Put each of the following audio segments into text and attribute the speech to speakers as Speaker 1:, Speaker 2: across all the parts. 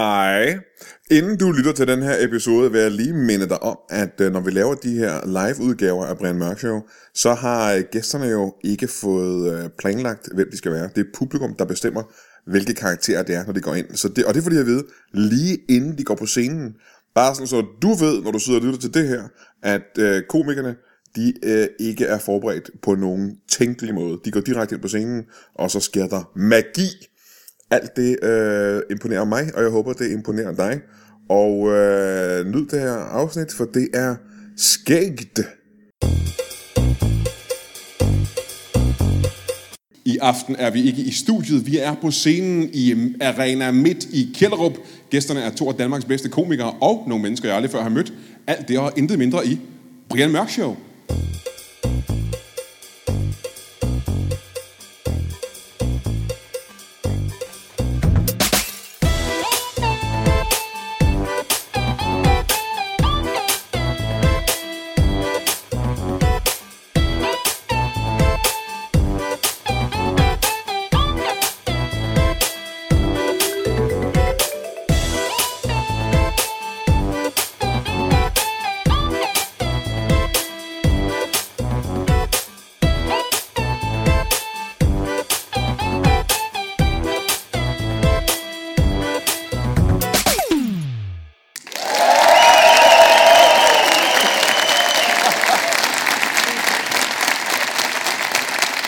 Speaker 1: Hej. Inden du lytter til den her episode, vil jeg lige minde dig om, at øh, når vi laver de her live-udgaver af Brian Mørk Show, så har øh, gæsterne jo ikke fået øh, planlagt, hvem de skal være. Det er publikum, der bestemmer, hvilke karakterer det er, når de går ind. Så det, og det får de at vide lige inden de går på scenen. Bare sådan, så du ved, når du sidder og lytter til det her, at øh, komikerne, de øh, ikke er forberedt på nogen tænkelig måde. De går direkte ind på scenen, og så sker der magi. Alt det øh, imponerer mig, og jeg håber, det imponerer dig. Og øh, nyd det her afsnit, for det er skægt. I aften er vi ikke i studiet, vi er på scenen i mm, Arena Midt i Kjellerup. Gæsterne er to af Danmarks bedste komikere og nogle mennesker, jeg aldrig før har mødt. Alt det og intet mindre i Brian Mørk Show.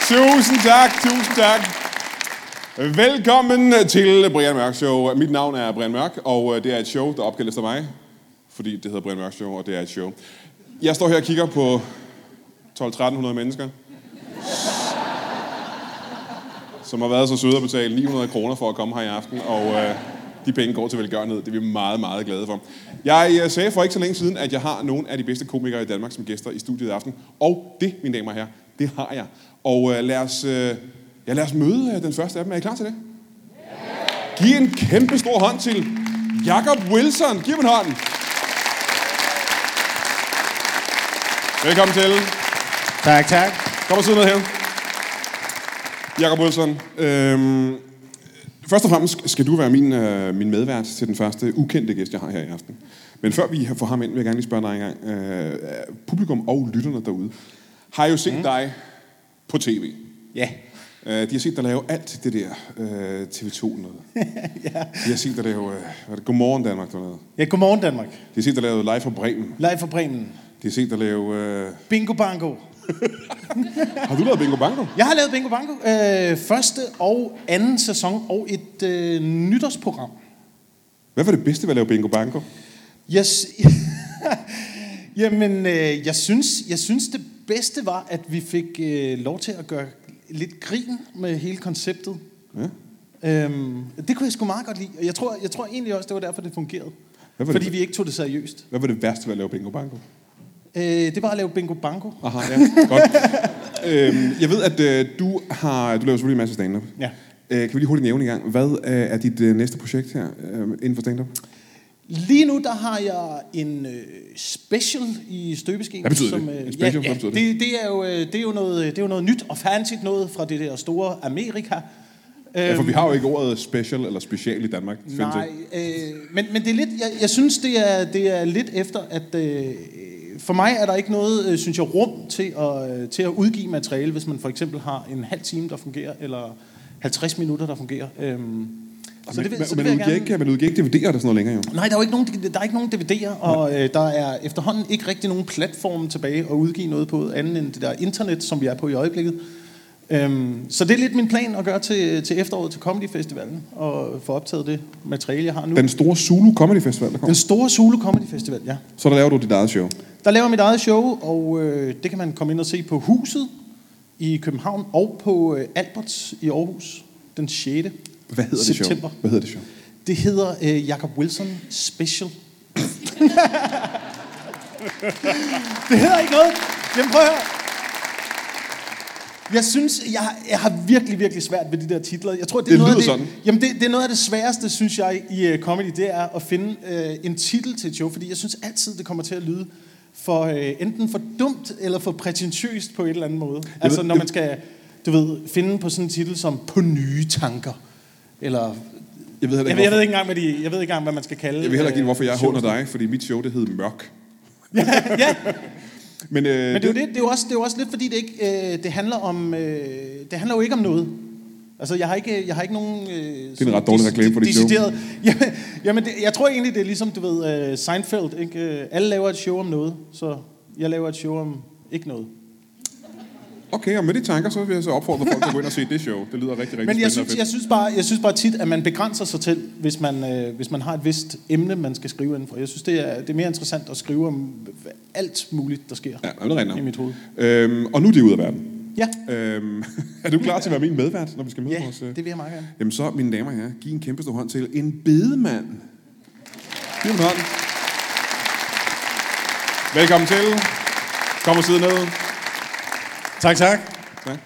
Speaker 1: Tusind tak, tusind tak. Velkommen til Brian Mørk Show. Mit navn er Brian Mørk, og øh, det er et show, der er opkaldt efter mig. Fordi det hedder Brian Mørk Show, og det er et show. Jeg står her og kigger på 12-1300 mennesker, som har været så søde at betale 900 kroner for at komme her i aften, og øh, de penge går til velgørenhed. Det er vi meget, meget glade for. Jeg øh, sagde for ikke så længe siden, at jeg har nogle af de bedste komikere i Danmark som gæster i studiet i aften, og det, mine damer og herrer, det har jeg. Og øh, lad, os, øh, ja, lad os møde øh, den første af dem. Er I klar til det? Giv en kæmpe stor hånd til Jakob Wilson. Giv ham en hånd. Velkommen til.
Speaker 2: Tak, tak.
Speaker 1: Kom og sidde ned her. Jakob Wilson, øhm, først og fremmest skal du være min, øh, min medvært til den første ukendte gæst, jeg har her i aften. Men før vi får ham ind, vil jeg gerne lige spørge dig en gang. Øh, publikum og lytterne derude har jo set mm. dig på tv.
Speaker 2: Ja.
Speaker 1: Øh, de har set dig lave alt det der øh, TV2 noget.
Speaker 2: ja.
Speaker 1: De har set dig lave, øh, hvad er det, Godmorgen Danmark noget.
Speaker 2: ja, godmorgen Danmark.
Speaker 1: De har set dig lave Live fra Bremen.
Speaker 2: Live fra Bremen.
Speaker 1: De har set dig lave... Øh...
Speaker 2: Bingo Bango.
Speaker 1: Har du lavet Bingo Bango?
Speaker 2: Jeg har lavet Bingo Bango øh, første og anden sæson og et øh, nytårsprogram.
Speaker 1: Hvad var det bedste ved at lave Bingo Bango?
Speaker 2: Jeg s- Jamen, øh, jeg, synes, jeg synes det bedste var, at vi fik øh, lov til at gøre lidt grin med hele konceptet.
Speaker 1: Ja.
Speaker 2: Øhm, det kunne jeg sgu meget godt lide. Og Jeg tror, jeg tror egentlig også, det var derfor, det fungerede.
Speaker 1: Hvad var det-
Speaker 2: Fordi vi ikke tog det seriøst.
Speaker 1: Hvad var det værste ved at lave Bingo Bango?
Speaker 2: Øh, det var at lave Bingo Bango.
Speaker 1: Aha, ja. Godt. øhm, jeg ved, at øh, du har... Du laver selvfølgelig en masse stand-up.
Speaker 2: Ja.
Speaker 1: Øh, kan vi lige hurtigt nævne en gang, hvad øh, er dit øh, næste projekt her øh, inden for stand-up?
Speaker 2: Lige nu der har jeg en øh, special i støbeskeen.
Speaker 1: Hvad betyder det?
Speaker 2: som, øh,
Speaker 1: En special?
Speaker 2: ja,
Speaker 1: Hvad
Speaker 2: ja,
Speaker 1: betyder
Speaker 2: det?
Speaker 1: det?
Speaker 2: Det, det, er jo, øh, det, er jo noget, det er jo noget nyt og fancy noget fra det der store Amerika.
Speaker 1: Ja, for
Speaker 2: Øhm,
Speaker 1: vi har jo ikke ordet special eller special i Danmark. Findes
Speaker 2: Nej,
Speaker 1: ikke?
Speaker 2: øh, men, men det er lidt, jeg, jeg synes, det er, det er lidt efter, at øh, for mig er der ikke noget, øh, synes jeg, rum til at, øh, til at udgive materiale, hvis man for eksempel har en halv time, der fungerer, eller 50 minutter, der fungerer. Øhm, så det, vil- så det
Speaker 1: men,
Speaker 2: vil
Speaker 1: men udgiver
Speaker 2: jeg gerne-
Speaker 1: ikke, man udgiver ikke DVD'er eller sådan noget længere jo.
Speaker 2: Nej, der er jo ikke nogen, der er ikke nogen DVD'er, og øh, der er efterhånden ikke rigtig nogen platform tilbage at udgive noget på, andet end det der internet, som vi er på i øjeblikket. Øhm, så det er lidt min plan at gøre til, til efteråret til Comedy Festivalen, og få optaget det materiale, jeg har nu. Den,
Speaker 1: Den store Zulu Comedy Festival, der kommer.
Speaker 2: Den store Zulu Comedy Festival, ja.
Speaker 1: Så der laver du dit eget show.
Speaker 2: Der laver jeg mit eget show, og øh, det kan man komme ind og se på Huset i København, og på øh, Alberts i Aarhus den 6.
Speaker 1: Hvad hedder det
Speaker 2: September.
Speaker 1: show? Hvad hedder det show?
Speaker 2: Det hedder øh, Jacob Wilson Special. det hedder ikke noget. Jamen prøv at høre. Jeg synes, jeg, har- jeg har virkelig, virkelig svært ved de der titler. Jeg tror, det, er
Speaker 1: Det
Speaker 2: noget
Speaker 1: lyder
Speaker 2: af det,
Speaker 1: sådan.
Speaker 2: Jamen, det, det er noget af det sværeste, synes jeg, i uh, comedy, det er at finde uh, en titel til et show, fordi jeg synes altid, det kommer til at lyde for uh, enten for dumt eller for prætentiøst på en eller anden måde. Altså, når
Speaker 1: det-
Speaker 2: man skal, du ved, finde på sådan en titel som På nye tanker, eller
Speaker 1: Jeg ved heller ikke,
Speaker 2: Jeg, ved- jeg ved
Speaker 1: hvorfor,
Speaker 2: ikke engang, hvad, de, jeg ved ikke engang, hvad man skal kalde...
Speaker 1: jeg ved heller ikke,
Speaker 2: øh,
Speaker 1: hvorfor jeg
Speaker 2: shows.
Speaker 1: håner dig, fordi mit show, det hed Mørk.
Speaker 2: ja,
Speaker 1: Men, øh,
Speaker 2: men det er jo, det, det er jo, også, det er jo også lidt, fordi det ikke øh, det handler om... Øh, det handler jo ikke om noget. Altså, jeg har ikke, jeg har ikke nogen... Øh, det
Speaker 1: ret dårlig reklame for dit show.
Speaker 2: Jamen, jamen det, jeg tror egentlig, det er ligesom, du ved, øh, Seinfeld. Ikke? Øh, Alle laver et show om noget, så jeg laver et show om ikke noget.
Speaker 1: Okay, og med de tanker, så vil jeg så opfordre folk til at gå ind og se det show. Det lyder rigtig, rigtig
Speaker 2: Men jeg
Speaker 1: spændende
Speaker 2: synes,
Speaker 1: og
Speaker 2: jeg, synes bare, jeg synes bare tit, at man begrænser sig til, hvis man, øh, hvis man har et vist emne, man skal skrive indenfor. Jeg synes, det er, det er mere interessant at skrive om alt muligt, der sker
Speaker 1: fedt. Ja, det er
Speaker 2: i mit
Speaker 1: rigtigt.
Speaker 2: hoved.
Speaker 1: nok. Øhm, og nu er det ude af verden.
Speaker 2: Ja,
Speaker 1: Øhm, er du klar til at være min medvært, når vi skal møde
Speaker 2: ja
Speaker 1: vores... øh,
Speaker 2: det vil jeg meget gerne.
Speaker 1: Jamen så, mine damer og herrer, giv en kæmpe stor hånd til en bedemand. Giv en hånd. Velkommen til. Kom og sidde ned.
Speaker 3: Tak, tak.
Speaker 1: Tak.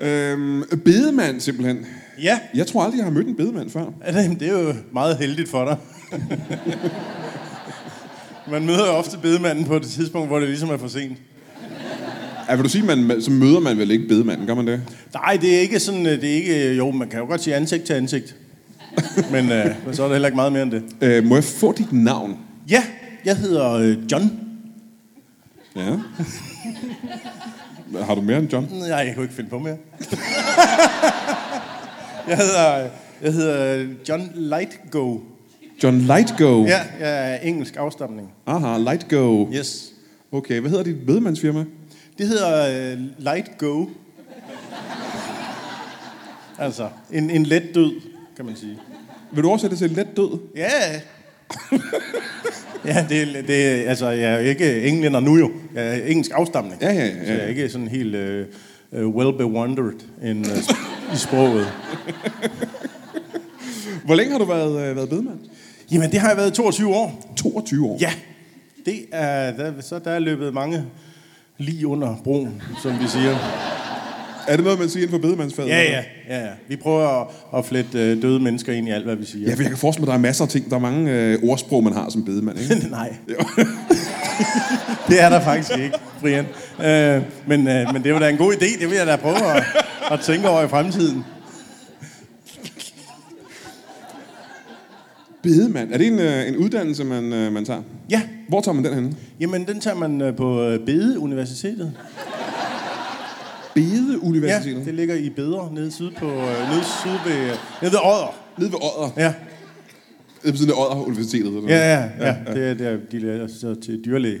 Speaker 1: Øhm, bedemand simpelthen.
Speaker 3: Ja,
Speaker 1: Jeg tror aldrig, jeg har mødt en bedemand før.
Speaker 3: det det er jo meget heldigt for dig. Man møder jo ofte bedemanden på et tidspunkt, hvor det ligesom er for sent.
Speaker 1: Ja, vil du sige, man, så møder man vel ikke bedemanden, gør man det?
Speaker 3: Nej, det er ikke sådan, øh, det er ikke, jo, man kan jo godt sige ansigt til ansigt. Men øh, så er der heller ikke meget mere end det.
Speaker 1: Øh, må jeg få dit navn?
Speaker 3: Ja, jeg hedder øh, John.
Speaker 1: Ja. Har du mere end John?
Speaker 3: Nej, jeg kunne ikke finde på mere. jeg hedder, øh, jeg hedder øh, John Lightgo.
Speaker 1: John Lightgo.
Speaker 3: Ja, jeg er engelsk afstamning.
Speaker 1: Aha, Lightgo.
Speaker 3: Yes.
Speaker 1: Okay, hvad hedder dit bedemandsfirma?
Speaker 3: Det hedder øh, Light Go. Altså, en, en let død, kan man sige.
Speaker 1: Vil du oversætte det til let død?
Speaker 3: Ja. ja, det, er- det, er- altså, jeg er jo ikke englænder nu jo. Jeg er engelsk afstamning.
Speaker 1: Ja, ja, ja,
Speaker 3: Så jeg
Speaker 1: ja.
Speaker 3: er ikke sådan helt øh, øh, well bewondered in, øh, sp- i sproget.
Speaker 1: Hvor længe har du været, øh, været bedemand?
Speaker 3: Jamen, det har jeg været i 22 år.
Speaker 1: 22 år.
Speaker 3: Ja, det er, der, så der er løbet mange lige under broen, som vi siger.
Speaker 1: Er det noget, man siger inden for bedemandsfaget?
Speaker 3: Ja, ja, ja, ja. Vi prøver at, at flette øh, døde mennesker ind i alt, hvad vi siger.
Speaker 1: Ja, for jeg kan forestille mig, at der er masser af ting. Der er mange øh, ordsprog, man har som bedemand, ikke?
Speaker 3: Nej,
Speaker 1: Jo.
Speaker 3: det er der faktisk ikke, Brian. Øh, men, øh, men det var da en god idé, det vil jeg da prøve at, at tænke over i fremtiden.
Speaker 1: bedemand. Er det en, øh, en uddannelse, man, øh, man tager?
Speaker 3: Ja,
Speaker 1: Hvor tager man den henne?
Speaker 3: jamen den tager man øh, på øh, Bedeuniversitetet. Ja,
Speaker 1: Bedeuniversitetet?
Speaker 3: det ligger i Bedre, nede syd, på, øh, nede syd ved, nede ved Odder.
Speaker 1: Nede ved Odder.
Speaker 3: Ja,
Speaker 1: Nede ved siden af Odder Universitetet. Eller
Speaker 3: ja,
Speaker 1: noget.
Speaker 3: ja, ja. Det er der, de lærer så til dyrlæge.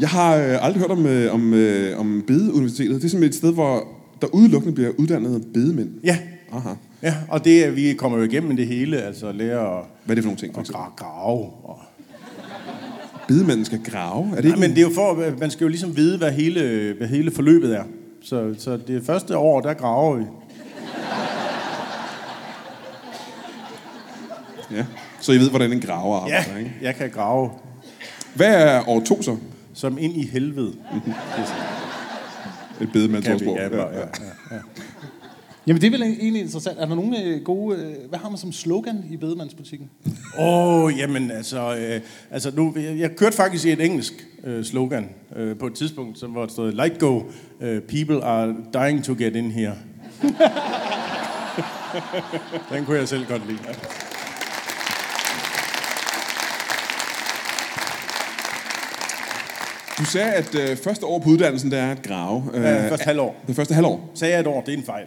Speaker 1: Jeg har øh, aldrig hørt om, øh, om, øh, om bedeuniversitetet. Det er simpelthen et sted, hvor der udelukkende bliver uddannet bedemænd.
Speaker 3: Ja,
Speaker 1: Aha.
Speaker 3: ja. og det, er- vi kommer jo igennem det hele, altså lærer at,
Speaker 1: Hvad er det for nogle ting? For
Speaker 3: at
Speaker 1: eksempel?
Speaker 3: gra- grave og
Speaker 1: Bedemanden skal grave? Er det
Speaker 3: Nej,
Speaker 1: ikke
Speaker 3: men det er jo for, at man skal jo ligesom vide, hvad hele, hvad hele forløbet er. Så, så det første år, der graver vi.
Speaker 1: Ja. Så I ved, hvordan en graver
Speaker 3: Ja,
Speaker 1: arbejder, ikke?
Speaker 3: Altså, jeg kan grave
Speaker 1: Hvad er år to så?
Speaker 3: som ind i helvede. Det
Speaker 1: Et
Speaker 3: kan vi,
Speaker 1: bedemandsordsprog.
Speaker 3: ja, ja, ja.
Speaker 2: Jamen, det er vel egentlig interessant. Er der nogle øh, gode... Øh, hvad har man som slogan i bedemandsbutikken?
Speaker 3: Åh, oh, jamen altså, øh, altså nu, jeg, jeg kørte faktisk i et engelsk øh, slogan øh, på et tidspunkt, som var stået, light go, øh, people are dying to get in here. Den kunne jeg selv godt lide.
Speaker 1: Du sagde, at øh, første år på uddannelsen, det er at grave. Øh,
Speaker 3: Ja, første halvår.
Speaker 1: Det første halvår.
Speaker 3: Sagde jeg et år, det er en fejl.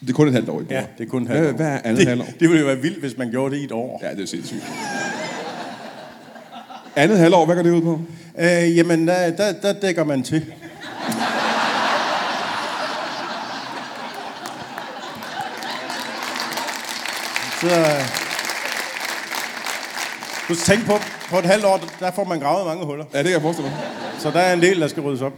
Speaker 1: Det er kun et halvt år i
Speaker 3: Ja,
Speaker 1: Borg.
Speaker 3: det er kun et
Speaker 1: Hvad-
Speaker 3: halvt år.
Speaker 1: Hvad er andet
Speaker 3: det,
Speaker 1: halvår?
Speaker 3: Det ville jo være vildt, hvis man gjorde det i et år.
Speaker 1: Ja, det er sindssygt. andet halvår, hvad går det ud på?
Speaker 3: Øh, jamen, der, der, der dækker man til. Så... øh, Du skal tænke på, på et halvt år, der får man gravet mange huller.
Speaker 1: Ja, det kan jeg forestille mig.
Speaker 3: Så der er en del, der skal ryddes op.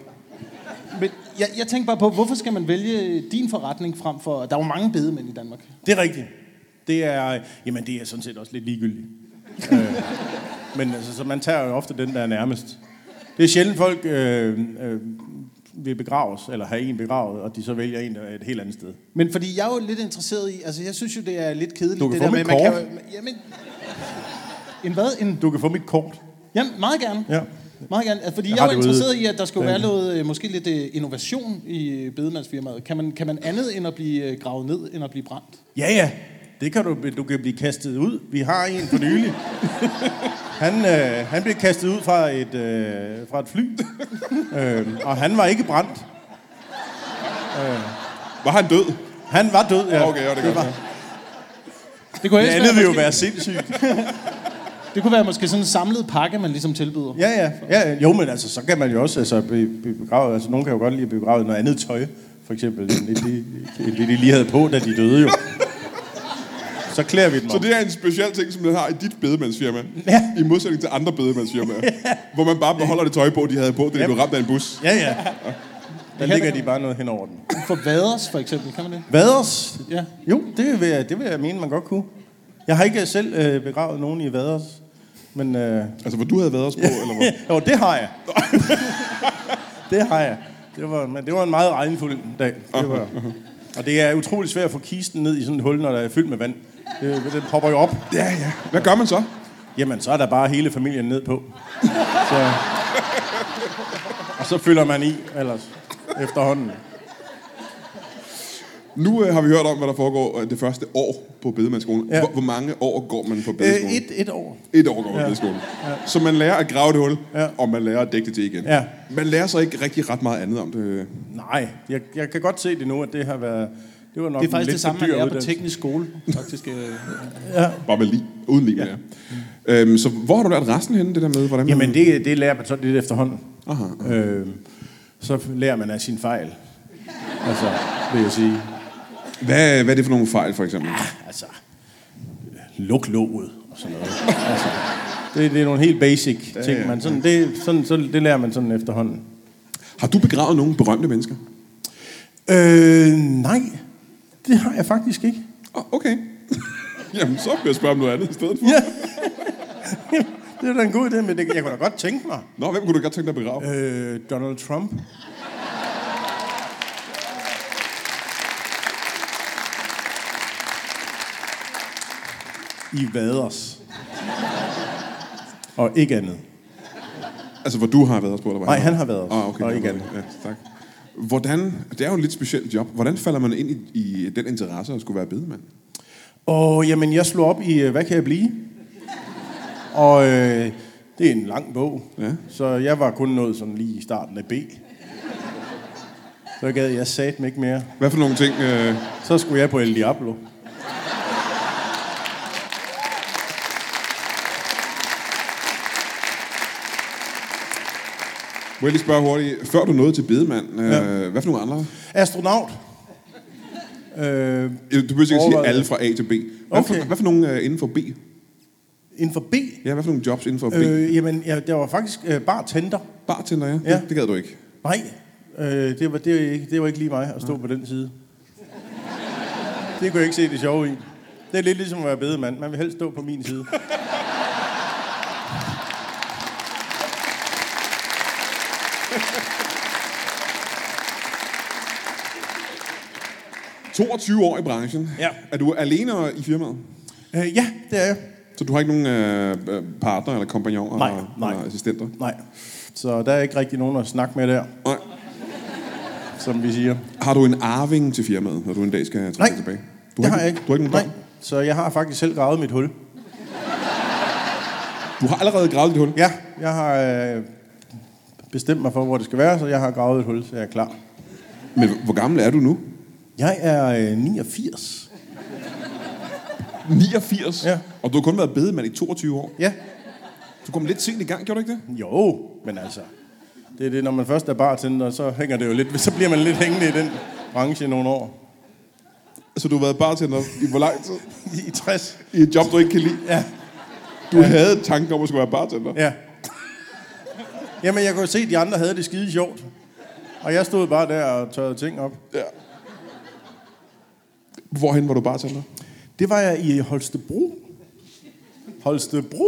Speaker 2: Men jeg, jeg tænker bare på, hvorfor skal man vælge øh, din forretning frem for... Der er jo mange bedemænd i Danmark.
Speaker 3: Det er rigtigt. Det er, jamen, det er sådan set også lidt ligegyldigt. øh, men altså, så man tager jo ofte den, der er nærmest. Det er sjældent, folk øh, øh, vil begraves, eller have en begravet, og de så vælger en, der er et helt andet sted.
Speaker 2: Men fordi jeg er jo lidt interesseret i... Altså, jeg synes jo, det er lidt kedeligt.
Speaker 1: Du kan
Speaker 2: det
Speaker 1: få
Speaker 2: der
Speaker 1: mit
Speaker 2: med,
Speaker 1: kort.
Speaker 2: Man kan, jo- jamen, en hvad? En,
Speaker 3: Du kan få mit kort.
Speaker 2: jamen, meget gerne.
Speaker 3: Ja.
Speaker 2: Meget gerne, altså, fordi
Speaker 3: Jeg
Speaker 2: jeg,
Speaker 3: har
Speaker 2: jeg er jo
Speaker 3: det ude.
Speaker 2: interesseret i, at der skulle være noget, øh, måske lidt øh, innovation i øh, bedemandsfirmaet. Kan man, kan man andet end at blive øh, gravet ned, end at blive brændt?
Speaker 3: Ja, ja. Det kan du, du kan blive kastet ud. Vi har en for nylig. Han, øh, han blev kastet ud fra et, øh, fra et fly. øh, og han var ikke brændt.
Speaker 1: Var han død?
Speaker 3: Han var død, ja.
Speaker 1: Okay, ja, det, det var.
Speaker 2: Det kunne,
Speaker 3: Det
Speaker 2: helst
Speaker 3: andet
Speaker 2: være,
Speaker 3: ville jo
Speaker 2: måske,
Speaker 3: være sindssygt.
Speaker 2: det kunne være måske sådan en samlet pakke, man ligesom tilbyder.
Speaker 3: Ja, ja, ja. ja. Jo, men altså, så kan man jo også altså, blive, blive begravet. Altså, nogen kan jo godt lide at blive begravet i noget andet tøj, for eksempel, end det, de, end det, de lige havde på, da de døde jo. Så klæder vi dem
Speaker 1: Så
Speaker 3: om.
Speaker 1: det er en speciel ting, som man har i dit bedemandsfirma.
Speaker 3: Ja.
Speaker 1: I modsætning til andre bedemandsfirmaer. Hvor man bare beholder det tøj på, de havde på, da de blev ramt af en bus.
Speaker 3: Ja, ja. Der
Speaker 2: kan
Speaker 3: ligger
Speaker 2: det-
Speaker 3: de bare noget hen over den.
Speaker 2: For vaders, for eksempel, kan man det?
Speaker 3: Vaders?
Speaker 2: Ja.
Speaker 3: Jo, det vil, jeg, det vil jeg mene, man godt kunne. Jeg har ikke selv øh, begravet nogen i Vaders, men... Øh,
Speaker 1: Altså, hvor du havde været også på, eller hvor?
Speaker 3: jo, det har jeg. det har jeg. Det var, men det var en meget regnfuld dag. Det var, og det er utrolig svært at få kisten ned i sådan et hul, når der er fyldt med vand. Det, den popper jo op.
Speaker 1: Ja, ja. Hvad gør man så?
Speaker 3: Jamen, så er der bare hele familien ned på. Så, og så fylder man i ellers efterhånden.
Speaker 2: Øh,
Speaker 1: Nu øh, har vi hørt om, hvad der foregår øh, det første år på bedemandsskolen. Ja.
Speaker 3: Ja.
Speaker 1: Hvor, hvor mange år går man på bedemandsskolen?
Speaker 3: Øh, et, et år.
Speaker 1: Et år går man ja. i skole. Ja. Så man lærer at grave et hul, ja.
Speaker 3: Ja.
Speaker 1: og man lærer at dække det til igen.
Speaker 3: Ja.
Speaker 1: Man lærer så ikke rigtig ret meget andet om det. øh,
Speaker 3: Nej, jeg, jeg kan godt se det nu, at det har været... Det var nok
Speaker 2: Det er
Speaker 3: en
Speaker 2: faktisk
Speaker 3: lidt
Speaker 2: det samme,
Speaker 3: for
Speaker 2: man
Speaker 3: dyr
Speaker 2: lærer på
Speaker 3: uddannelse.
Speaker 2: teknisk skole. Faktisk, øh,
Speaker 1: Bare med lige, uden lige ja. mere. Øhm, så hvor har du lært resten henne, det der med? Hvordan
Speaker 3: Jamen,
Speaker 1: man...
Speaker 3: det, det lærer man så lidt efterhånden.
Speaker 1: Aha,
Speaker 3: Øh, så lærer man af sin fejl. Altså, vil jeg sige.
Speaker 1: Hvad, hvad er det for nogle fejl, for eksempel?
Speaker 3: Altså, luk låget og sådan noget. Altså, det, det er nogle helt basic ting, man sådan, det, sådan, så, det lærer man sådan efterhånden.
Speaker 1: Har du begravet nogle berømte mennesker?
Speaker 3: Øh, nej, det har jeg faktisk ikke.
Speaker 1: Oh, okay. Jamen, så kan jeg spørge om noget andet i stedet for.
Speaker 3: Ja. det er da en god idé, men det, jeg kunne da godt tænke mig.
Speaker 1: Nå, hvem kunne du godt tænke dig at begrave?
Speaker 3: Øh, Donald Trump. I vaders. Og ikke andet.
Speaker 1: Altså, hvor du har været på, eller hvad?
Speaker 3: Nej, han har været os.
Speaker 1: Ah, okay.
Speaker 3: Og
Speaker 1: han
Speaker 3: ikke
Speaker 1: har
Speaker 3: andet.
Speaker 1: været- Ja, tak. Hvordan, det er jo et lidt specielt job. Hvordan falder man ind i, i den interesse at skulle være bedemand?
Speaker 3: Og jamen, jeg slog op i, øh, hvad kan jeg blive? Og øh, det er en lang bog.
Speaker 1: Ja.
Speaker 3: Så jeg var kun nået sådan lige i starten af B. Så gad jeg satme ikke mere.
Speaker 1: Hvad for nogle ting... Øh...
Speaker 3: Så skulle jeg på El Diablo.
Speaker 1: Må jeg lige spørge hurtigt, før du nåede til bedemand, øh, ja.
Speaker 3: Ja.
Speaker 1: hvad for nogle andre?
Speaker 3: Astronaut. Øh,
Speaker 1: Øh, Du behøver ikke at sige
Speaker 3: Overvejede.
Speaker 1: alle fra A til B. Hvad, okay. for,
Speaker 3: Okay.
Speaker 1: hvad for nogle øh, inden for B?
Speaker 3: inden for B.
Speaker 1: Ja, hvad for nogle jobs inden for B?
Speaker 3: Øh, jamen, jeg, der var faktisk øh, bartender.
Speaker 1: Bartender, ja.
Speaker 3: ja.
Speaker 1: Det, det gad du ikke.
Speaker 3: Nej, øh, det, var, det, var ikke, det var ikke lige mig at stå på den side. Det kunne jeg ikke se det sjove i. Det er lidt ligesom at være bedemand. Man vil helst stå på min side.
Speaker 1: Ja. 22 år i branchen.
Speaker 3: Ja.
Speaker 1: Er du alene i firmaet?
Speaker 3: Øh, ja, det er jeg.
Speaker 1: Så du har ikke nogen øh, øh, partner eller kompagnoner
Speaker 3: Nej,
Speaker 1: eller,
Speaker 3: nej.
Speaker 1: eller assistenter?
Speaker 3: Nej. Så der er ikke rigtig nogen at snakke med der,
Speaker 1: Nej.
Speaker 3: som vi siger.
Speaker 1: Har du en arving til firmaet, når du en dag skal trække
Speaker 3: Nej,
Speaker 1: tilbage? Du
Speaker 3: det har jeg ikke.
Speaker 1: Du har ikke nogen
Speaker 3: Nej.
Speaker 1: børn?
Speaker 3: Så jeg har faktisk selv gravet mit hul.
Speaker 1: Du har allerede gravet dit hul?
Speaker 3: Ja, jeg har øh, bestemt mig for, hvor det skal være, så jeg har gravet et hul, så jeg er klar.
Speaker 1: Men h- hvor gammel er du nu?
Speaker 3: Jeg er øh, 89.
Speaker 1: 89?
Speaker 3: Ja.
Speaker 1: Og du har kun været bedemand i 22 år.
Speaker 3: Ja.
Speaker 1: Du kom lidt sent i gang, gjorde du ikke det?
Speaker 3: Jo, men altså. Det er det, når man først er bartender, så hænger det jo lidt. Så bliver man lidt hængende i den branche i nogle år.
Speaker 1: Så du har været bartender i hvor lang tid?
Speaker 3: I 60.
Speaker 1: I et job, du ikke kan lide?
Speaker 3: Ja.
Speaker 1: Du ja. havde tanken om at skulle være bartender?
Speaker 3: Ja. Jamen, jeg kunne se, at de andre havde det skide sjovt. Og jeg stod bare der og tørrede ting op.
Speaker 1: ja. Hvorhen var du bartender?
Speaker 3: Det var jeg i Holstebro. Holstebro.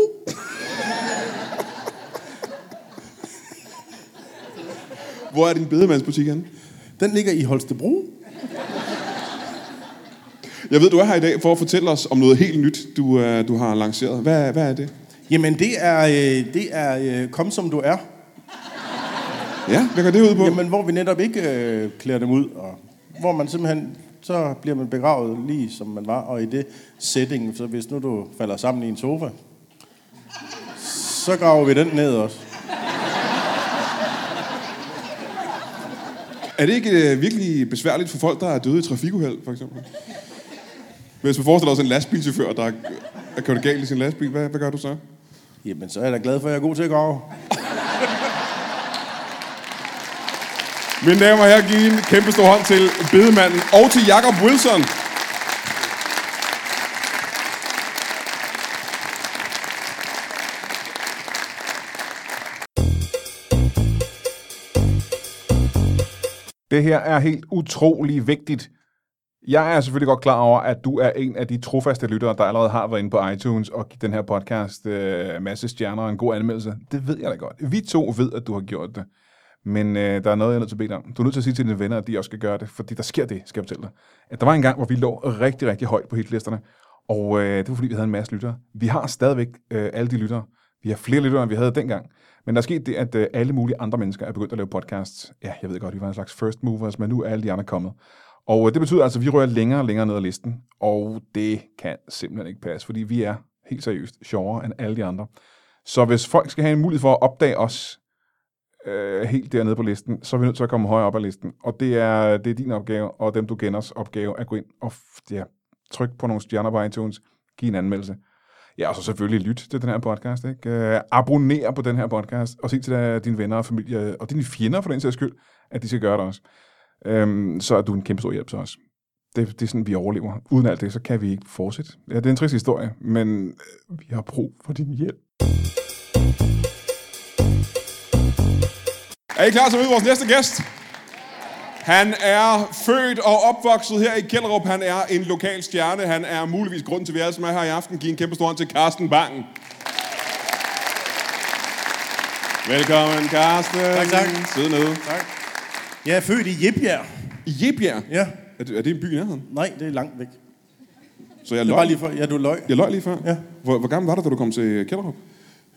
Speaker 1: Hvor er din bedemandsbutik henne?
Speaker 3: Den ligger i Holstebro.
Speaker 1: Jeg ved, du er her i dag for at fortælle os om noget helt nyt, du, øh, du har lanceret. Hvad, hvad er det?
Speaker 3: Jamen, det er, øh, det er øh, Kom som du er.
Speaker 1: Ja, hvad går det ud på? Jamen.
Speaker 3: Jamen, hvor vi netop ikke øh, klæder dem ud, og hvor man simpelthen, så bliver man begravet lige som man var, og i det setting, så hvis nu du falder sammen i en sofa, så graver vi den ned også.
Speaker 1: Er det ikke øh, virkelig besværligt for folk, der er døde i trafikuheld, for eksempel? Hvis man forestiller sig en lastbilchauffør, der er, er kørt galt i sin lastbil, hvad, hvad gør du så?
Speaker 3: Jamen, så er jeg da glad for, at jeg er god til at grave.
Speaker 1: Mine damer og herrer, giv en kæmpe stor hånd til bedemanden og til Jacob Wilson.
Speaker 4: Det her er helt utrolig vigtigt. Jeg er selvfølgelig godt klar over, at du er en af de trofaste lyttere, der allerede har været inde på iTunes og givet den her podcast øh, masse stjerner og en god anmeldelse. Det ved jeg da godt. Vi to ved, at du har gjort det. Men øh, der er noget, jeg er nødt til at bede dig om. Du er nødt til at sige til dine venner, at de også skal gøre det, fordi der sker det, skal jeg fortælle dig. At der var en gang, hvor vi lå rigtig, rigtig højt på hitlisterne, og øh, det var fordi, vi havde en masse lyttere. Vi har stadigvæk øh, alle de lyttere. Vi har flere lyttere, end vi havde dengang. Men der er sket det, at øh, alle mulige andre mennesker er begyndt at lave podcasts. Ja, jeg ved godt, vi var en slags first movers, men nu er alle de andre kommet. Og øh, det betyder altså, at vi rører længere og længere ned ad listen, og det kan simpelthen ikke passe, fordi vi er helt seriøst sjovere end alle de andre. Så hvis folk skal have en mulighed for at opdage os, øh, helt dernede på listen, så er vi nødt til at komme højere op ad listen. Og det er, det er din opgave, og dem du kenders opgave, at gå ind og f- ja, trykke på nogle stjerner på iTunes, give en anmeldelse. Ja, og så selvfølgelig lyt til den her podcast. Ikke? Øh, abonner på den her podcast, og sig til øh, dine venner og familie, og dine fjender for den sags skyld, at de skal gøre det også. Øhm, så er du en kæmpe stor hjælp til os. Det, det er sådan, vi overlever. Uden alt det, så kan vi ikke fortsætte. Ja, det er en trist historie, men øh, vi har brug for din hjælp.
Speaker 1: Er I klar til at møde vores næste gæst? Han er født og opvokset her i Kjellerup. Han er en lokal stjerne. Han er muligvis grunden til, at vi alle som er her i aften. Giv en kæmpe stor hånd til Carsten Bangen. Velkommen, Carsten.
Speaker 3: Tak, tak.
Speaker 1: Sid nede.
Speaker 3: Tak. Jeg er født i Jebjerg.
Speaker 1: I Jebjerg?
Speaker 3: Ja.
Speaker 1: Er, det- er det en by i nærheden?
Speaker 3: Nej, det er langt væk.
Speaker 1: Så jeg
Speaker 3: Det
Speaker 1: løg,
Speaker 3: var bare lige for, ja, du løg.
Speaker 1: jeg løg lige før.
Speaker 3: Ja.
Speaker 1: Hvor, hvor gammel var du, da du kom til Kjellerup?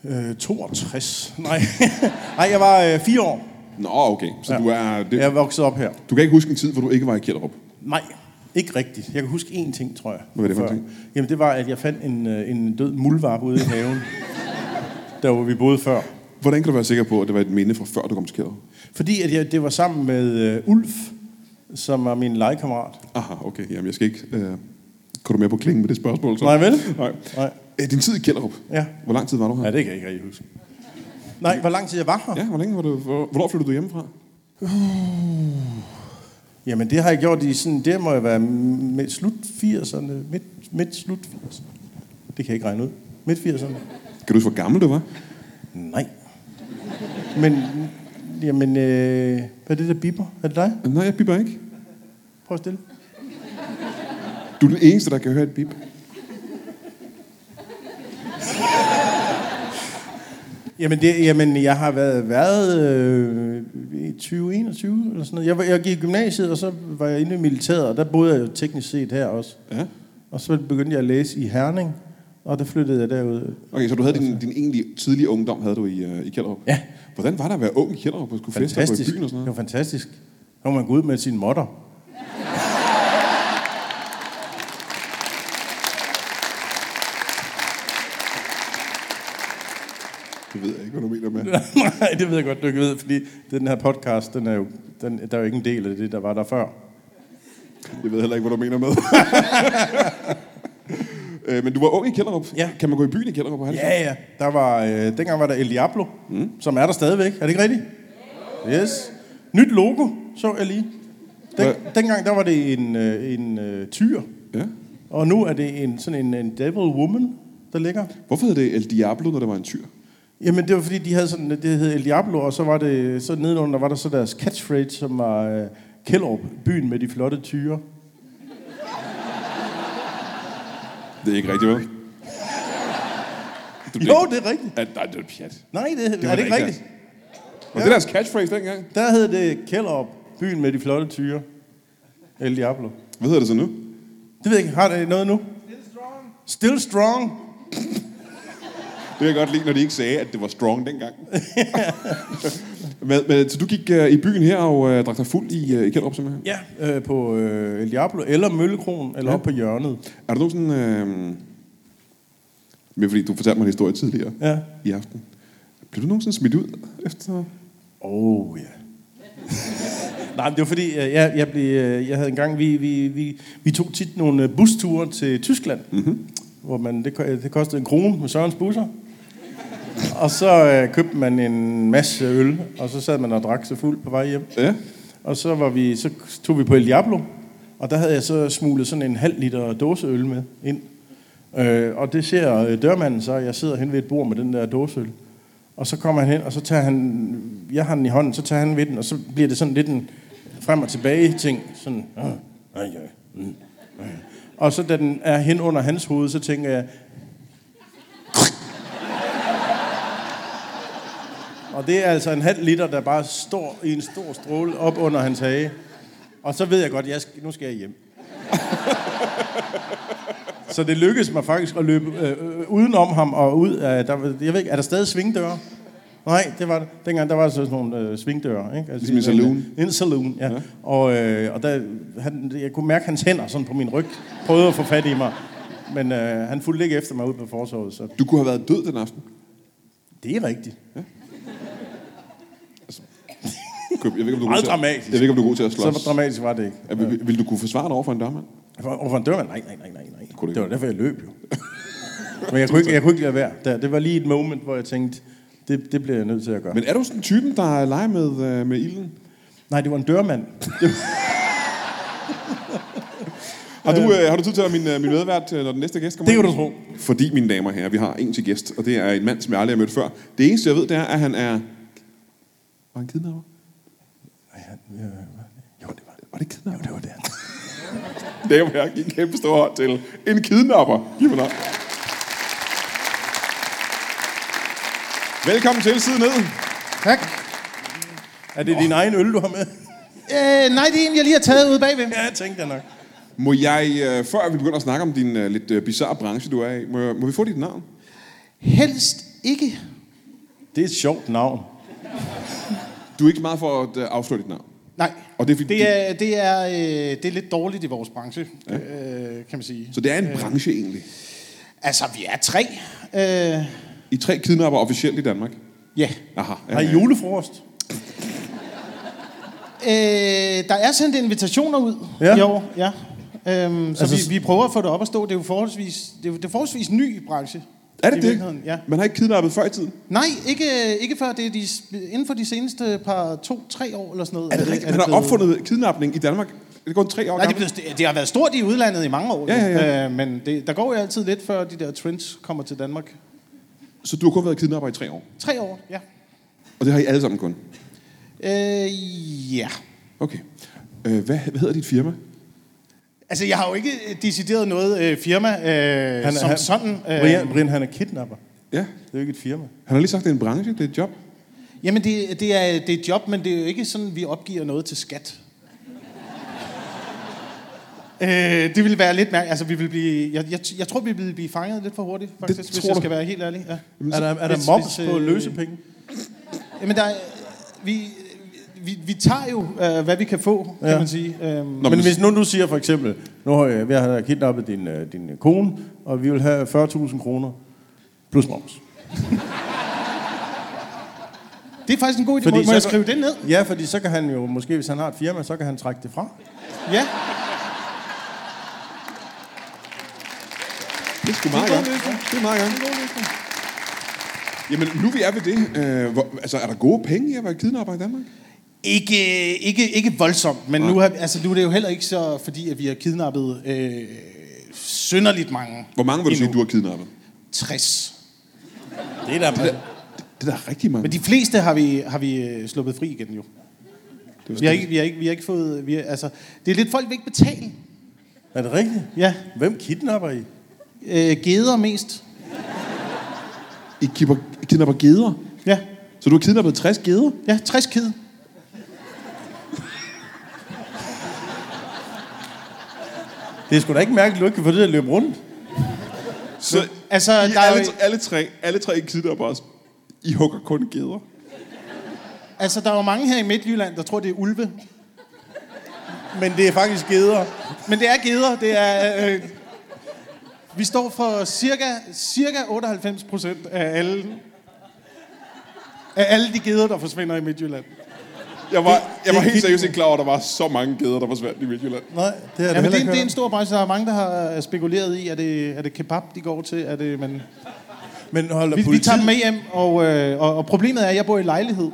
Speaker 3: Øh, 62. Nej. Nej, jeg var øh, fire år.
Speaker 1: Nå, okay. Så ja. du, er, det,
Speaker 3: Jeg er vokset op her.
Speaker 1: du kan ikke huske en tid, hvor du ikke var i Kjellerup.
Speaker 3: Nej, ikke rigtigt. Jeg kan huske én ting, tror jeg.
Speaker 1: Hvad var det for en
Speaker 3: Før.
Speaker 1: ting?
Speaker 3: Jamen, det var, at jeg fandt en, øh, en død muldvarp ude i haven, der hvor vi boede før.
Speaker 1: Hvordan kan du være sikker på, at det var et minde fra før, du kom til Kjellerup?
Speaker 3: Fordi at jeg, det var sammen med øh, Ulf, som var min legekammerat.
Speaker 1: Aha, okay. Jamen, jeg skal ikke... Øh, kunne du mere på klingen med det spørgsmål? Så?
Speaker 3: Nej, vel?
Speaker 1: Nej.
Speaker 3: Nej.
Speaker 1: Øh, Din tid i Kjellerup.
Speaker 3: Ja.
Speaker 1: Hvor lang tid var du her?
Speaker 3: Ja, det kan jeg ikke rigtig huske. Nej, hvor lang tid jeg var her?
Speaker 1: Ja, hvor længe var du... Hvor, hvornår flyttede du hjemmefra?
Speaker 3: Jamen, det har jeg gjort i sådan... Det må jeg være med slut 80'erne. Midt, midt slut 80'erne. Det kan jeg ikke regne ud. Midt 80'erne.
Speaker 1: Kan du huske, hvor gammel du var?
Speaker 3: Nej. Men, jamen, øh, hvad er det der biber? Er det dig?
Speaker 1: Øh, Nej, jeg bipper ikke.
Speaker 3: Prøv at stille.
Speaker 1: Du er den eneste, der kan høre et bip.
Speaker 3: Jamen, det, jamen jeg har været, været øh, i 2021 eller sådan noget. Jeg, var- jeg gik i gymnasiet, og så var jeg inde i militæret, og der boede jeg jo teknisk set her også.
Speaker 1: Ja.
Speaker 3: Og så begyndte jeg at læse i Herning, og der flyttede jeg derud.
Speaker 1: Okay, så du havde din, din egentlige tidlige ungdom havde du i, øh, i Kjellerup.
Speaker 3: Ja.
Speaker 1: Hvordan var det at være ung i Kjellerup og skulle feste og gå i
Speaker 3: Fantastisk.
Speaker 1: byen og sådan
Speaker 3: Det
Speaker 1: noget?
Speaker 3: var fantastisk. Så var man gå ud med sin modder.
Speaker 1: Det ved jeg ikke, hvad du mener med.
Speaker 3: Nej, det ved jeg godt, du ikke ved, fordi den her podcast, den er jo, den, der er jo ikke en del af det, der var der før.
Speaker 1: Jeg ved heller ikke, hvad du mener med. øh, men du var ung i Kjellerup.
Speaker 3: Ja.
Speaker 1: Kan man gå i byen i Kjellerup? og
Speaker 3: Ja, ja. Der var, øh, dengang var der El Diablo, mm. som er der stadigvæk. Er det ikke rigtigt? Yes. Nyt logo, så jeg lige. Den,
Speaker 1: Hvad?
Speaker 3: dengang der var det en, øh, en øh, tyr,
Speaker 1: ja.
Speaker 3: og nu er det en, sådan en, en devil woman, der ligger.
Speaker 1: Hvorfor hed det El Diablo, når det var en tyr?
Speaker 3: Jamen, det var fordi, de havde sådan, det hed El Diablo, og så var det, så nedenunder var der så deres catchphrase, som var øh, Kjellup, byen med de flotte tyre.
Speaker 1: Det er ikke rigtigt, vel? Du
Speaker 3: Jo, det er rigtigt.
Speaker 1: Ja, nej, det er pjat.
Speaker 3: Nej, det, det
Speaker 1: var
Speaker 3: er
Speaker 1: da
Speaker 3: det
Speaker 1: ikke
Speaker 3: ikke rigtigt.
Speaker 1: Var det deres catchphrase dengang?
Speaker 3: Der hed det Kjellup, byen med de flotte tyre. El Diablo.
Speaker 1: Hvad hedder det så nu?
Speaker 3: Det ved jeg ikke. Har det noget nu? Still strong. Still strong.
Speaker 1: Det kan jeg godt lide, når de ikke sagde, at det var strong dengang. men, men, så du gik øh, i byen her og øh, drak dig fuld i, øh, i Kjellerup simpelthen?
Speaker 3: Ja, øh, på øh, El Diablo, eller Møllekron, eller ja. op på hjørnet.
Speaker 1: Er der nogen sådan... Øh... Men fordi du fortalte mig en historie tidligere
Speaker 3: Ja.
Speaker 1: i aften. Blev du nogensinde smidt ud efter...
Speaker 3: Oh, ja. Nej, men det var fordi, øh, jeg, jeg, blev, øh, jeg havde engang, vi, vi, vi, vi tog tit nogle øh, busture til Tyskland, mm-hmm. hvor man, det, ko- øh, det kostede en krone med Sørens busser. Og så øh, købte man en masse øl, og så sad man og drak sig fuld på vej hjem.
Speaker 1: Ja.
Speaker 3: Og så, var vi, så tog vi på El Diablo, og der havde jeg så smuglet sådan en halv liter dåseøl med ind. Øh, og det ser øh, dørmanden så, jeg sidder hen ved et bord med den der dåseøl. Og så kommer han hen, og så tager han, jeg har den i hånden, så tager han ved den, og så bliver det sådan lidt en frem og tilbage ting. Sådan, "Ah, ej, ej, mm, ej." og så da den er hen under hans hoved, så tænker jeg, Og det er altså en halv liter, der bare står i en stor stråle op under hans hage. Og så ved jeg godt, jeg skal, nu skal jeg hjem. så det lykkedes mig faktisk at løbe øh, øh, udenom ham og ud af... Der, var- jeg ved ikke, er der stadig svingdøre? Nej, det var der. Dengang der var så sådan nogle øh, svingdøre. Ikke? Altså,
Speaker 1: Ligesom i saloon.
Speaker 3: En saloon, ja. ja. Og, øh, og der, han, jeg kunne mærke hans hænder sådan på min ryg. Prøvede at få fat i mig. Men øh, han fulgte ikke efter mig ud på forsorget, så
Speaker 1: Du kunne have været død den aften.
Speaker 3: det er rigtigt.
Speaker 1: Jeg ved, ikke, om du er god
Speaker 3: Meget
Speaker 1: til, at-
Speaker 3: dramatisk.
Speaker 1: Jeg ved ikke, om du er god til at slås.
Speaker 3: Så dramatisk var det ikke.
Speaker 1: Ja, vil, vil, vil du kunne forsvare dig over for en dørmand?
Speaker 3: For, overfor en dørmand? Nej, nej, nej, nej. nej.
Speaker 1: Kunne du ikke?
Speaker 3: Det var derfor, jeg løb jo. Men jeg kunne, ikke, jeg kunne ikke lade være. Der, det var lige et moment, hvor jeg tænkte, det, det bliver jeg nødt til at gøre. Men...
Speaker 1: Men er du sådan typen, der leger med, øh, med ilden?
Speaker 3: Nej, det var en dørmand.
Speaker 1: Har du, øh, har du tid til at være min, øh, min medvært, øh, når den næste gæst kommer?
Speaker 3: Det kan
Speaker 1: ind?
Speaker 3: du tro.
Speaker 1: Fordi, mine damer og herrer, vi har en til gæst, og det er en mand, som jeg aldrig har mødt før. Det eneste, jeg ved, det er, at han er... Var han kidnapper?
Speaker 3: Nej, han, øh, jo, det var det.
Speaker 1: Var det kidnapper?
Speaker 3: Jo, det var det.
Speaker 1: Det må jeg give en kæmpe stor hånd til. En kidnapper. Giv mig noget. Velkommen til Siden Ned.
Speaker 2: Tak.
Speaker 3: Er det din egen øl, du har med?
Speaker 2: Øh, nej, det er en, jeg lige har taget ude bagved.
Speaker 3: ja, jeg tænkte jeg nok.
Speaker 1: Må jeg, øh, før vi begynder at snakke om din øh, lidt øh, bizarre branche, du er i, må, må vi få dit navn?
Speaker 2: Helst ikke.
Speaker 3: Det er et sjovt navn.
Speaker 1: Du er ikke meget for at øh, afsløre dit navn.
Speaker 2: Nej.
Speaker 1: Og det er fordi-
Speaker 2: det, er, det, er, øh, det er lidt dårligt i vores branche, ja. øh, kan man sige.
Speaker 1: Så det er en branche egentlig.
Speaker 2: Altså, vi er tre. Øh,
Speaker 1: I er tre kidnapper officielt i Danmark.
Speaker 2: ja.
Speaker 1: Aha.
Speaker 3: Har I julefrokost?
Speaker 2: Øh, der er sendt invitationer ud
Speaker 3: Ja.
Speaker 2: i år. Ja. Øhm, så
Speaker 3: Altså-
Speaker 2: altså, vi, vi prøver at få det op at stå. Det er jo forholdsvis, det er, jo- det er forholdsvis ny branche.
Speaker 1: Er det
Speaker 2: i
Speaker 1: det?
Speaker 2: virkeligheden, Ja.
Speaker 1: Man har ikke kidnappet før i tiden?
Speaker 2: Nej, ikke, ikke før. Det er de, inden for de seneste par to-tre år eller sådan noget.
Speaker 1: Er det rigtigt? Man har
Speaker 2: blevet-
Speaker 1: opfundet kidnapning i Danmark. Det går tre år
Speaker 2: Nej, det, er
Speaker 1: gammelt.
Speaker 2: blevet, det- det har været stort i udlandet i mange år.
Speaker 1: Ja,
Speaker 2: jo.
Speaker 1: ja,
Speaker 2: Øh, men det, der går jo altid lidt før de der trends kommer til Danmark.
Speaker 1: Så du har kun været kidnapper i tre år.
Speaker 2: Tre år, ja.
Speaker 1: Og det har I alle sammen kun.
Speaker 2: Øh, ja.
Speaker 1: Okay. Øh, hvad, hvad hedder dit firma?
Speaker 2: Altså, jeg har jo ikke øh, decideret noget øh, firma øh, han, som han, sådan. Øh,
Speaker 3: Brian, Brian, han er kidnapper.
Speaker 1: Ja.
Speaker 3: Det er jo ikke et firma.
Speaker 1: Han har lige sagt, det er en branche, det er et job.
Speaker 2: Jamen, det, det, er, det er et job, men det er jo ikke sådan, vi opgiver noget til skat. Øh, det ville være lidt mærkeligt. Altså, vi vil blive, jeg, jeg, jeg tror, vi ville blive fanget lidt for hurtigt, faktisk, hvis
Speaker 1: tror
Speaker 2: jeg
Speaker 1: du?
Speaker 2: skal være helt ærlig. Ja.
Speaker 3: Er der, er der
Speaker 2: Hvis-
Speaker 3: moms
Speaker 2: hvis,
Speaker 3: på
Speaker 2: øh,
Speaker 3: løsepenge?
Speaker 2: Jamen, der, er- vi, vi, vi tager jo, øh, hvad vi kan få, ja.
Speaker 3: Ja.
Speaker 2: kan man sige. Øhm,
Speaker 1: Nå,
Speaker 3: Men hvis nu du siger for eksempel, nu har jeg, jeg har kidnappet din, øh, din kone, og vi vil have 40.000 kroner plus moms.
Speaker 2: det er faktisk en god idé. Må, må jeg skrive det ned?
Speaker 3: Ja, fordi så kan han jo, måske hvis han har et firma, så kan han trække det fra.
Speaker 2: Ja.
Speaker 1: Det er sgu meget godt. Det er meget godt. Jamen, nu vi er ved det. Øh, hvor, altså, er der gode penge i at være kidnapper i Danmark?
Speaker 2: Ikke, ikke, ikke voldsomt, men nu, har, altså, nu er det jo heller ikke så, fordi at vi har kidnappet øh, synderligt mange.
Speaker 1: Hvor mange vil du sige,
Speaker 2: Endnu.
Speaker 1: du har kidnappet?
Speaker 2: 60.
Speaker 3: Det er der,
Speaker 1: Det er der rigtig mange.
Speaker 2: Men de fleste har vi, har vi øh, sluppet fri igen jo.
Speaker 1: var
Speaker 2: Vi har ikke, vi har ikke, vi har ikke fået... Vi har, altså, det er lidt folk, vi ikke betale.
Speaker 3: er det rigtigt?
Speaker 2: Ja.
Speaker 3: Hvem kidnapper I?
Speaker 2: Øh, geder mest.
Speaker 1: I kipper, kidnapper geder.
Speaker 2: Ja.
Speaker 1: Så du har kidnappet 60 geder?
Speaker 2: Ja, 60 kid.
Speaker 3: Det er sgu da ikke mærkeligt, at du ikke kan få det til at løbe rundt.
Speaker 1: Så altså,
Speaker 2: altså,
Speaker 1: I
Speaker 2: der er jo
Speaker 1: alle,
Speaker 2: ikke-
Speaker 1: alle, tre, alle tre kidnappers, I hugger kun geder.
Speaker 2: Altså, der er jo mange her i Midtjylland, der tror, det er ulve.
Speaker 3: Men det er faktisk geder.
Speaker 2: Men det er geder. Det er, øh, vi står for cirka, cirka 98 procent af alle, af alle de geder, der forsvinder i Midtjylland.
Speaker 1: Jeg var, jeg var
Speaker 3: er
Speaker 1: helt
Speaker 3: vildt.
Speaker 1: seriøst ikke klar over, at der var så mange geder, der forsvandt i Midtjylland.
Speaker 3: Nej, det
Speaker 2: Ja,
Speaker 3: er
Speaker 2: men det, er en-
Speaker 3: ikke
Speaker 2: det er en stor branche. Der er mange, der har øh, spekuleret i, er det, er det kebab, de går til? Er det, men
Speaker 3: Men holder
Speaker 2: vi, vi
Speaker 3: politiet...
Speaker 2: tager dem med hjem, og, øh, og, og problemet er, at jeg bor i lejlighed.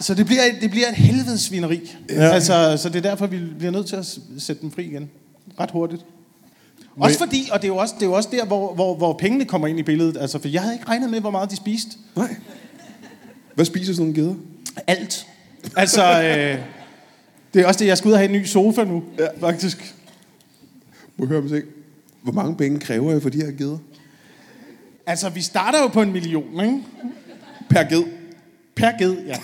Speaker 2: Så det bliver, et- det bliver et helvedes svineri. Ja. Altså, så det er derfor, vi bliver nødt til at s- sætte dem fri igen. Ret hurtigt. Også fordi, og det er jo også, det er jo også der, hvor, hvor, hvor pengene kommer ind i billedet. Altså, for jeg havde ikke regnet med, hvor meget de spiste.
Speaker 1: Nej. Hvad spiser sådan nogle geder?
Speaker 2: Alt. Altså, øh, det er også det, jeg skal ud og have en ny sofa nu, ja. faktisk.
Speaker 1: Må jeg høre om ting? Hvor mange penge kræver jeg for de her geder?
Speaker 2: Altså, vi starter jo på en million, ikke?
Speaker 1: Per ged.
Speaker 2: Per ged, ja.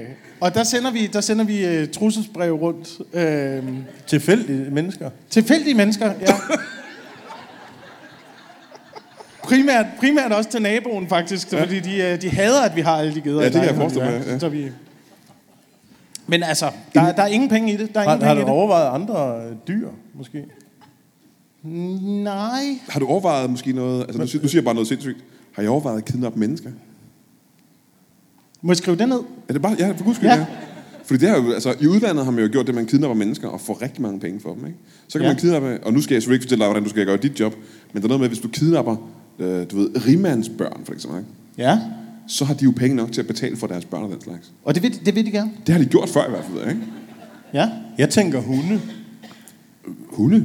Speaker 2: øh, og der sender vi, der sender vi øh, trusselsbrev rundt. Øh,
Speaker 3: Tilfældige mennesker.
Speaker 2: tilfældige mennesker, ja. Primært, primært også til naboen, faktisk. Ja. Fordi de, øh, de hader, at vi har alle de geder.
Speaker 1: Ja, det kan jeg
Speaker 2: i lejligheden,
Speaker 1: forestille mig, ja.
Speaker 2: Så vi... Men altså, der, er- der er ingen penge i det. Der er
Speaker 3: Har,
Speaker 2: ingen
Speaker 3: har du
Speaker 2: penge i
Speaker 3: overvejet andre øh, dyr, måske?
Speaker 2: det. Nej.
Speaker 1: Har du overvejet måske noget... Altså, du, siger- du siger bare noget sindssygt. Har jeg overvejet at kidnappe mennesker?
Speaker 2: Må jeg skrive det ned?
Speaker 1: Er det bare... Ja, for guds skyld,
Speaker 2: Ja.
Speaker 1: ja. Fordi det er jo, altså, i udlandet har man jo gjort det, at man kidnapper mennesker og får rigtig mange penge for dem. Ikke? Så kan ja.
Speaker 2: Ja.
Speaker 1: man kidnappe, og nu skal jeg selvfølgelig ikke fortælle dig, hvordan du skal gøre dit job, men der er noget med, hvis du kidnapper, øh, du ved, rimandsbørn for eksempel, ikke?
Speaker 2: Ja.
Speaker 1: så har de jo penge nok til at betale for deres børn og den slags.
Speaker 2: Og det vil, det vil de gerne.
Speaker 1: Det har de gjort før i hvert fald, ved jeg, ikke?
Speaker 2: Ja.
Speaker 3: Jeg tænker hunde.
Speaker 1: Hunde.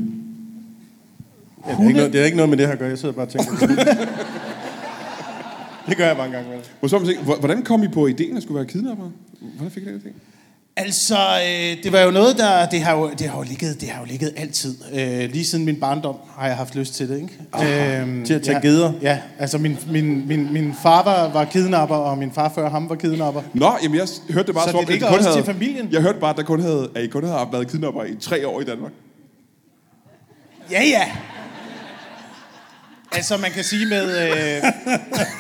Speaker 3: Ja, det, er ikke noget, det er ikke noget med det her at gøre. Jeg sidder bare og tænker på hunde. Det gør jeg mange gange. vel?
Speaker 1: Må jeg så om ting, hvor- Hvordan kom I på ideen at skulle være kidnapper? Hvordan fik I det ting?
Speaker 2: Altså, øh, det var jo noget, der... Det har jo, det har jo, ligget, det har jo ligget altid. Øh, lige siden min barndom har jeg haft lyst til det, ikke? Øhm,
Speaker 3: Ah, til at tage
Speaker 2: ja,
Speaker 3: geder?
Speaker 2: Ja, altså min, min, min, min far var, var kidnapper, og min far før ham var kidnapper.
Speaker 1: Nå, jamen jeg s- hørte det bare
Speaker 2: Så
Speaker 1: som om,
Speaker 2: det
Speaker 1: at I
Speaker 2: ligger
Speaker 1: kun
Speaker 2: også
Speaker 1: havde,
Speaker 2: til familien?
Speaker 1: Jeg hørte bare, at, der kun havde, at I kun havde været kidnapper i tre år i Danmark.
Speaker 2: Ja, ja. Altså, man kan sige med... Øh,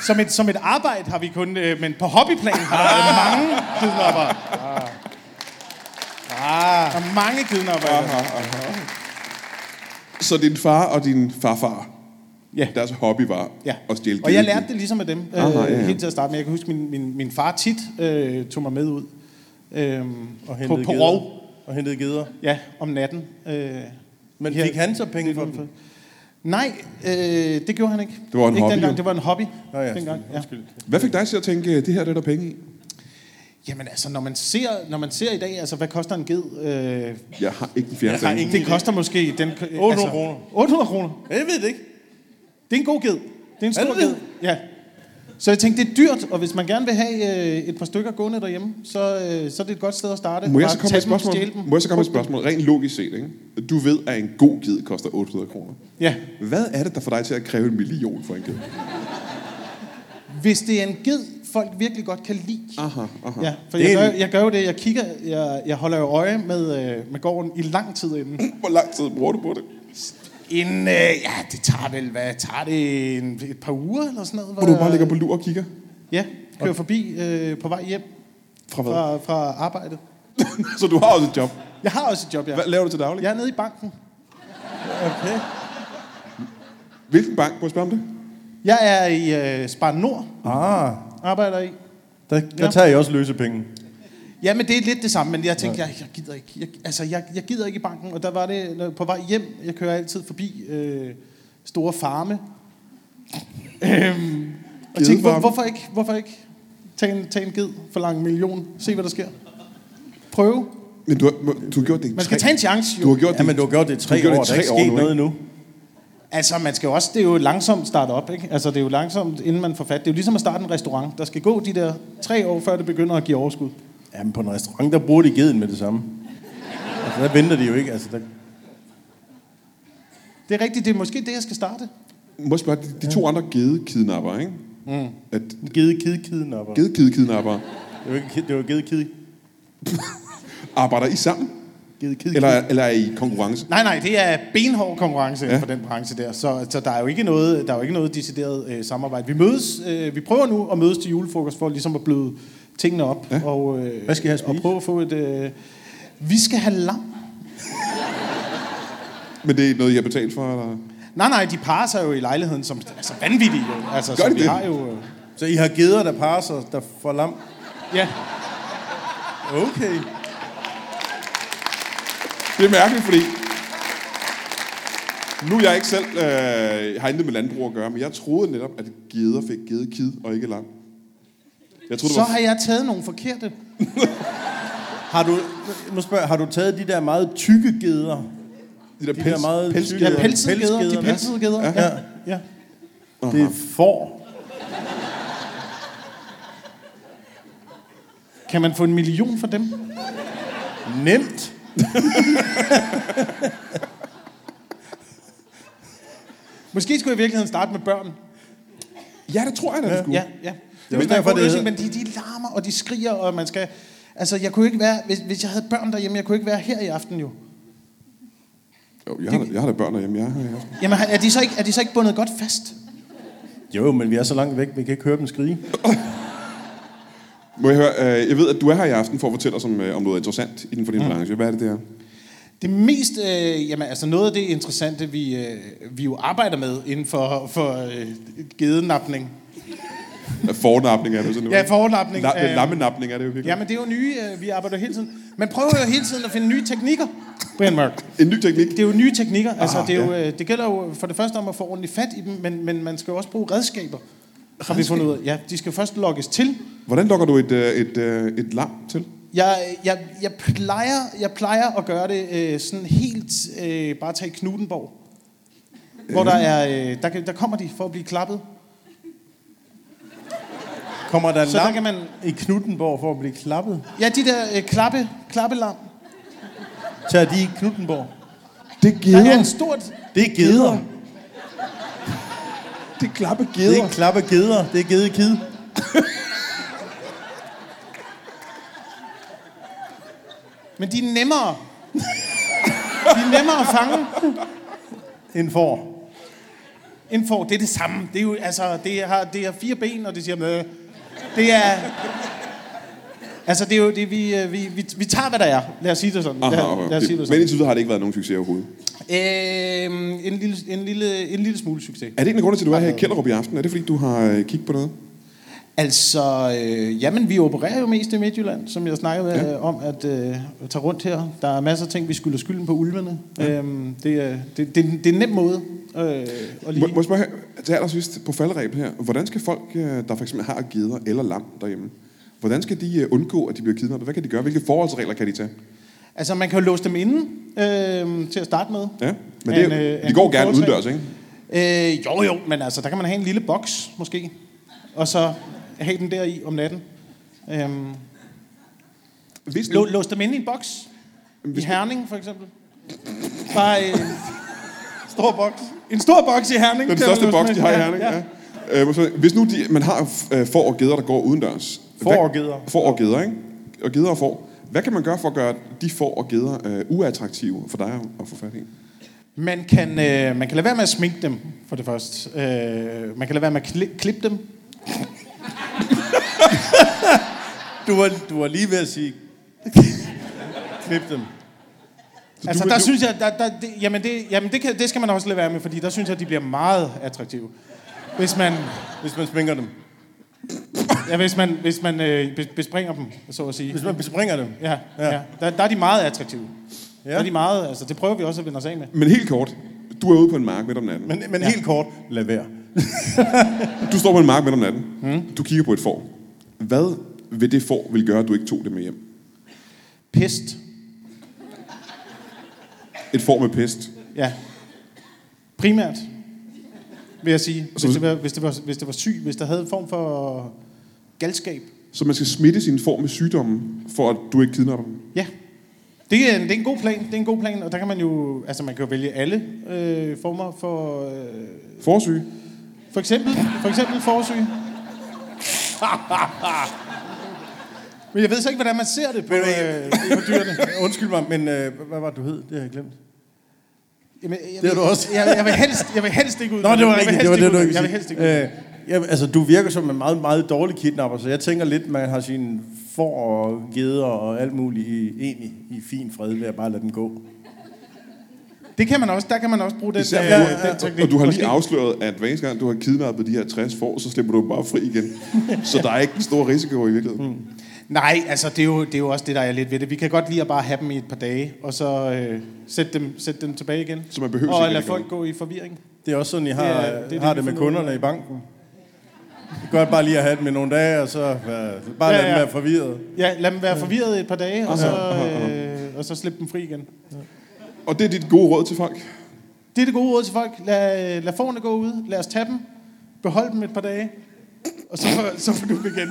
Speaker 2: som, et, som et arbejde har vi kun... Øh, men på hobbyplan har der været mange kidnapper. Ah. Der er mange kidnapper. i Danmark.
Speaker 1: Så din far og din farfar,
Speaker 2: Ja.
Speaker 1: deres hobby var
Speaker 2: Ja.
Speaker 1: at stjæle
Speaker 2: og jeg
Speaker 1: geder.
Speaker 2: lærte det ligesom af dem, øh,
Speaker 1: Aha, ja, ja.
Speaker 2: helt til at starte med. Jeg kan huske, min, min, min far tit øh, tog mig med ud øh,
Speaker 3: Og
Speaker 2: på,
Speaker 3: hentede
Speaker 2: på
Speaker 3: geder.
Speaker 2: rov
Speaker 3: Og hentede geder.
Speaker 2: ja, om natten. Øh,
Speaker 3: Men
Speaker 2: her-
Speaker 3: fik han så penge for
Speaker 2: lidt
Speaker 3: dem?
Speaker 2: udenfor. Nej, øh, det gjorde han ikke.
Speaker 1: Det var en
Speaker 2: ikke
Speaker 1: hobby,
Speaker 2: Dengang.
Speaker 1: jo.
Speaker 2: Det var en hobby
Speaker 3: Nå ja,
Speaker 2: dengang. Ja.
Speaker 3: undskyld.
Speaker 1: Hvad fik dig til at tænke, det her det er der penge i?
Speaker 2: Jamen altså, når man, ser, når man ser i dag, altså, hvad koster en ged? Øh,
Speaker 1: Jeg har ikke en fjernelse.
Speaker 3: Jeg har
Speaker 1: af det.
Speaker 3: ingen
Speaker 2: det koster måske... Den,
Speaker 3: 800 kroner.
Speaker 2: 800 kroner.
Speaker 3: Jeg ved det ikke.
Speaker 2: Det er en god ged. Det er en
Speaker 3: Er
Speaker 2: stor
Speaker 3: det det?
Speaker 2: ged. Ja. Så jeg tænkte, det er dyrt, og hvis man gerne vil have øh, et par stykker gående derhjemme, så, øh, så er det et godt sted at starte.
Speaker 1: Må jeg
Speaker 2: Bare
Speaker 1: så komme med
Speaker 2: tag
Speaker 1: et
Speaker 2: dem,
Speaker 1: spørgsmål?
Speaker 2: stjæl dem.
Speaker 1: Må jeg så komme med et spørgsmål? Rent logisk set, ikke? Du ved, at en god ged koster 800 kroner.
Speaker 2: Ja.
Speaker 1: Hvad er det, der får dig til at kræve en million for en ged?
Speaker 2: Hvis det er en ged, folk virkelig godt kan lide.
Speaker 1: Aha, aha.
Speaker 2: Ja, for
Speaker 3: Det er
Speaker 2: jeg gør,
Speaker 3: en-
Speaker 2: jeg gør jo det, jeg kigger, jeg, jeg holder jo øje med, øh, med gården i lang tid inden.
Speaker 1: Hvor lang tid bruger du på det?
Speaker 2: inden øh, ja, det tager vel, hvad tager det, en, et par uger eller sådan noget?
Speaker 1: Hvor du bare ligger på lur og kigger?
Speaker 2: Ja, kører forbi øh, på vej hjem
Speaker 1: Fra hvad?
Speaker 2: fra, fra arbejdet.
Speaker 1: Så du har også et job.
Speaker 2: Jeg har også et job, jeg.
Speaker 1: Hvad laver du til daglig?
Speaker 2: Jeg er nede i banken.
Speaker 3: Okay.
Speaker 1: Hvilken bank? Må jeg spørge om det?
Speaker 2: Jeg er i øh, Spar Nord,
Speaker 3: Ah,
Speaker 2: arbejder i.
Speaker 3: der, der tager jeg også løse penge.
Speaker 2: Ja, men det er lidt det samme, men jeg tænkte, jeg, jeg gider ikke. Jeg, altså, jeg, jeg gider ikke i banken, og der var det når- på vej hjem. Jeg kører altid forbi øh, store farme. Øhm, og tænkte, hvor,
Speaker 1: Gedefarme.
Speaker 2: hvorfor ikke? Hvorfor ikke? Tag en, tag en ged for lang million. Se, hvad der sker. Prøve.
Speaker 1: Men du har, du har gjort det i
Speaker 2: Man skal
Speaker 1: tre-
Speaker 2: tage en chance,
Speaker 1: Du
Speaker 2: jo.
Speaker 1: har gjort
Speaker 3: Ja, men du har gjort det i tre
Speaker 1: Du har gjort
Speaker 3: år,
Speaker 1: det i
Speaker 3: der er ikke
Speaker 1: tre år
Speaker 3: sket
Speaker 1: nu, ikke?
Speaker 3: noget endnu.
Speaker 2: Altså, man skal jo også, det er jo et langsomt starte op, ikke? Altså, det er jo langsomt, inden man får fat. Det er jo ligesom at starte en restaurant. Der skal gå de der tre år, før det begynder at give overskud.
Speaker 3: Jamen, på en restaurant, der bruger de geden med det samme. Altså, der venter de jo ikke. Altså, der...
Speaker 2: Det er rigtigt, det er måske det, jeg skal starte.
Speaker 1: Må jeg spørge, de, de to andre gedekidnapper, ikke? Mm. At
Speaker 3: Gede kid kidnapper.
Speaker 1: gedekidekidnapper,
Speaker 3: Det var, ikke, kid- det var gede kid.
Speaker 1: arbejder I sammen?
Speaker 2: Gid, gid,
Speaker 1: Eller,
Speaker 2: gid.
Speaker 1: eller er I konkurrence?
Speaker 2: Nej, nej, det er benhård konkurrence ja. for den branche der, så, så der er jo ikke noget, der er jo ikke noget decideret øh, samarbejde. Vi mødes, øh, vi prøver nu at mødes til julefrokost for ligesom at bløde tingene op. Ja. Og, øh,
Speaker 3: Hvad skal I have at
Speaker 2: Og
Speaker 3: spise?
Speaker 2: prøve at få et... Øh, vi skal have lam.
Speaker 1: Men det er noget, I har betalt for? Eller?
Speaker 2: Nej, nej, de parer sig jo i lejligheden som altså, vanvittige. Jo. Altså,
Speaker 1: Gør
Speaker 2: så
Speaker 1: de
Speaker 2: vi
Speaker 1: det?
Speaker 2: har jo... Øh,
Speaker 3: Så I har geder, der parer sig, der får lam?
Speaker 2: ja.
Speaker 3: Okay.
Speaker 1: Det er mærkeligt, fordi... Nu er jeg ikke selv, øh, har intet med landbrug at gøre, men jeg troede netop, at geder fik gedekid og ikke lam. Jeg troede,
Speaker 2: Så
Speaker 1: det var...
Speaker 2: har jeg taget nogle forkerte.
Speaker 3: Har du, nu spørger, jeg, har du taget de der meget tykke geder?
Speaker 1: de der
Speaker 3: De
Speaker 1: pels,
Speaker 3: der meget
Speaker 1: pels,
Speaker 3: tykke-
Speaker 2: Ja, pelsede geder. De
Speaker 3: pelsgeder,
Speaker 2: pelsede geder. Ja. ja. ja.
Speaker 3: Det er får.
Speaker 2: Kan man få en million for dem?
Speaker 3: Nemt.
Speaker 2: Måske skulle jeg i virkeligheden starte med børn.
Speaker 1: Ja, det tror jeg, da, du skulle.
Speaker 2: Ja, ja. Det
Speaker 3: også
Speaker 2: er
Speaker 3: derfor,
Speaker 2: derfor,
Speaker 3: det
Speaker 2: det
Speaker 3: hedder-
Speaker 2: løsning, men de, de larmer, og de skriger, og man skal... Altså, jeg kunne ikke være... Hvis, hvis jeg havde børn derhjemme, jeg kunne ikke være her i aften jo.
Speaker 1: Jo, jeg, har, da- jeg har da børn derhjemme. Jeg har, jeg har.
Speaker 2: Jamen, er de så ikke, er de så ikke bundet godt fast?
Speaker 3: Jo, men vi er så langt væk, vi kan ikke høre dem skrige.
Speaker 1: Må jeg høre, øh, jeg ved, at du er her i aften for at fortælle os om, øh, om noget interessant inden for din mm. branche. Hvad er det, det er?
Speaker 2: Det mest, øh, jamen altså noget af det interessante, vi, øh, vi jo arbejder med inden for, for øh, gedenapning.
Speaker 1: Øh, Fornapning er det sådan
Speaker 2: Ja, fornapning,
Speaker 1: La- øh,
Speaker 2: øh,
Speaker 1: lammenapning er det jo virkelig.
Speaker 2: Jamen det er jo nye, øh, vi arbejder hele tiden. Man prøver jo hele tiden at finde nye teknikker, Brian Mørk.
Speaker 1: En ny teknik.
Speaker 2: Det er jo nye teknikker, altså det, er jo, øh, det gælder jo for det første om at få ordentligt fat i dem, men, men man skal jo også bruge redskaber. Har vi fundet ud af. Ja, de skal først logges til.
Speaker 1: Hvordan lukker du et, øh, et, øh, et lam til?
Speaker 2: Jeg, jeg, jeg, plejer, jeg plejer at gøre det øh, sådan helt, øh, bare tage Knudenborg. Hvor der, er, øh, der, kan- der kommer de for at blive klappet.
Speaker 3: Kommer der
Speaker 2: Så der
Speaker 3: lam
Speaker 2: kan man...
Speaker 3: i Knuttenborg for at blive klappet?
Speaker 2: Ja, de der øh, klappe, klappelam.
Speaker 3: Tager de i Knuttenborg?
Speaker 1: Det
Speaker 2: Der er en stort...
Speaker 3: Det er geder.
Speaker 1: Det er klappe
Speaker 3: Det er
Speaker 1: geder.
Speaker 3: ikke klappe geder. Det er gedekid.
Speaker 2: Men de er nemmere. De er nemmere at fange
Speaker 3: En får.
Speaker 2: end får. Det er det samme. Det er jo, altså, det har, det har fire ben, og det siger med. Det er... Altså, det er jo, det, vi, øh, vi, vi, vi tager, hvad der er. Lad os sige det sådan.
Speaker 1: Aha,
Speaker 2: lad, lad os
Speaker 1: okay.
Speaker 2: sige det
Speaker 1: Men
Speaker 2: sådan.
Speaker 1: indtil videre har det ikke været nogen succes overhovedet.
Speaker 2: Øhm, en, lille, en, lille, en lille smule succes.
Speaker 1: Er det en af grundene til, at du er her i Kjellerup i aften? Er det fordi, du har øh, kigget på noget?
Speaker 2: Altså, øh, jamen, vi opererer jo mest i Midtjylland, som jeg snakkede ja. øh, om, at øh, at tage rundt her. Der er masser af ting, vi skylder skylden på ulvene. Ja. Øhm, det, er- det, det, det er en nem måde øh, at
Speaker 1: Må,
Speaker 2: lige...
Speaker 1: må jeg spørge her, til allersidst på faldrebet her. Hvordan skal folk, øh, der for eksempel har geder eller lam derhjemme, hvordan skal de øh, undgå, at de bliver kidnappet? Hvad kan de gøre? Hvilke forholdsregler kan de tage?
Speaker 2: Altså, man kan jo låse dem inde øh, til at starte med.
Speaker 1: Ja, men det,
Speaker 2: En, øh,
Speaker 1: er- de
Speaker 2: en
Speaker 1: går
Speaker 2: god
Speaker 1: gerne
Speaker 2: forholdsregel.
Speaker 1: udendørs, ikke?
Speaker 2: Øh, jo, jo, men altså, der kan man have en lille boks, måske. Og så have den der i om natten. Øhm,
Speaker 1: Hvis nu,
Speaker 2: lå, lås dem inde i en boks. I
Speaker 1: hvis-
Speaker 2: Herning, for eksempel. Bare øh,
Speaker 3: Stor boks.
Speaker 2: en stor boks i Herning.
Speaker 1: den
Speaker 2: kan man
Speaker 1: største
Speaker 2: låse
Speaker 1: boks,
Speaker 2: dem
Speaker 1: de har i
Speaker 2: ind.
Speaker 1: Herning. Ja. Øh, må jeg spørge, Hvis nu de, man har øh, får og geder, der går udendørs.
Speaker 3: Får
Speaker 1: Hvad-
Speaker 3: og geder.
Speaker 1: Får og geder, ikke? Og geder og får. Hvad kan man gøre for at gøre de får og geder øh, uattraktive for dig at få fat i?
Speaker 2: Man kan, øh, man kan lade være med at sminke dem, for det første. Øh, man kan lade være med at kli- klippe dem.
Speaker 3: Du var, du var lige ved at sige... Knip dem.
Speaker 2: altså,
Speaker 1: vil-
Speaker 2: der
Speaker 1: du-
Speaker 2: synes jeg, der, der, det, jamen, det, jamen det, kan, det skal man også lade være med, fordi der synes jeg, de bliver meget attraktive. Hvis man,
Speaker 3: Hvis man sminker dem.
Speaker 2: ja, hvis man, hvis man øh, bes- bespringer dem, så at sige.
Speaker 3: Hvis man bespringer dem.
Speaker 2: Ja,
Speaker 3: Ja.
Speaker 2: ja. ja. Der, der er de meget attraktive. Ja. Der
Speaker 3: Ja.
Speaker 2: er de meget, altså, det prøver vi også at vende os af med.
Speaker 1: Men helt kort, du er ude på en mark midt om natten. Men...
Speaker 3: Men, men ja. helt kort, lad være.
Speaker 1: Du står på en mark midt om natten. Mm. Du kigger på et får. Hvad vil det får vil gøre, at du ikke tog det med hjem?
Speaker 2: Pest.
Speaker 1: Et får med pest.
Speaker 2: Ja. Primært, vil jeg sige. Hvis
Speaker 1: Så-
Speaker 2: det, var, hvis, det var, hvis det var syg, hvis der havde en form for galskab.
Speaker 1: Så man skal smitte sine får med sygdommen, for at du ikke kidnapper dem.
Speaker 2: Ja. Det er, en, det er en god plan, det er en god plan, og der kan man jo, altså man kan jo vælge alle øh, former for, øh,
Speaker 1: Forsyge.
Speaker 2: for eksempel, for eksempel forsyg. Men jeg ved så ikke, hvordan man ser det på,
Speaker 3: Men,
Speaker 2: øh,
Speaker 3: øh, på dyrene. Undskyld mig, men øh, hvad var det, du hed? Det har jeg glemt.
Speaker 2: Jamen, jeg,
Speaker 3: Det har
Speaker 2: vil-
Speaker 3: du også.
Speaker 2: Jeg, jeg, vil helst, jeg vil helst ikke ud.
Speaker 3: Nå, det
Speaker 2: Jeg
Speaker 3: var
Speaker 2: vil
Speaker 3: rigtigt.
Speaker 2: helst
Speaker 3: Det var
Speaker 2: ikke
Speaker 3: det, du
Speaker 2: ud-
Speaker 3: ikke
Speaker 2: Jeg vil helst ikke ud.
Speaker 3: øh, ja, altså, du virker som en meget, meget dårlig kidnapper, så jeg tænker lidt, man har sine får og geder og alt muligt i, egentlig i fin fred ved at bare lade dem gå.
Speaker 2: Det kan man også. Der kan man også bruge den,
Speaker 1: Især,
Speaker 2: øh,
Speaker 1: ja, du,
Speaker 2: den teknik.
Speaker 1: og du har lige
Speaker 2: Måske-
Speaker 1: afsløret, at hver eneste gang, du har kidnappet de her 60 får, så slipper du dem bare fri igen. Så der er ikke den store risiko i virkeligheden.
Speaker 2: Hmm.
Speaker 1: Mm.
Speaker 2: Nej, altså det er, jo, det er jo også det, der er lidt ved det. Vi kan godt lide at bare have dem i et par dage, og så øh, sætte, dem, sætte dem tilbage igen.
Speaker 1: Så man behøver
Speaker 2: Og
Speaker 1: sikkert
Speaker 2: lade
Speaker 1: ikke
Speaker 2: folk gå i forvirring.
Speaker 3: Det er også sådan, I har
Speaker 2: Det
Speaker 3: det,
Speaker 2: er-
Speaker 3: er,
Speaker 2: det er
Speaker 3: har
Speaker 2: det,
Speaker 3: det,
Speaker 2: vi
Speaker 3: med
Speaker 2: finder ud af.
Speaker 3: kunderne i banken. Det er godt bare lige at have dem i nogle dage, og så øh, bare
Speaker 2: Ja,
Speaker 3: ja, lade
Speaker 2: ja.
Speaker 3: dem være forvirret.
Speaker 2: Ja, lad dem være forvirret i et par dage, og så, øh, og så slippe dem fri igen.
Speaker 1: Og det er dit gode råd til folk.
Speaker 2: Det er det gode råd til folk. Lad, lad forne gå ud. Lad os tage dem. Behold dem et par dage. Og så, så får du dem igen.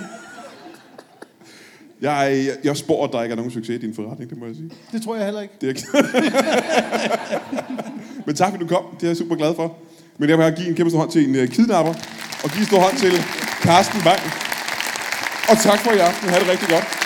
Speaker 1: Jeg, jeg, jeg spår, at der ikke er nogen succes i din forretning, det må jeg sige.
Speaker 2: Det tror jeg heller ikke.
Speaker 1: Det er jeg... Men tak, fordi du kom. Det er jeg super glad for. Men jeg vil gerne give en kæmpe stor hånd til en uh, kidnapper, og give en stor hånd til Carsten Bang. Og tak for i aften. Ha' det rigtig godt.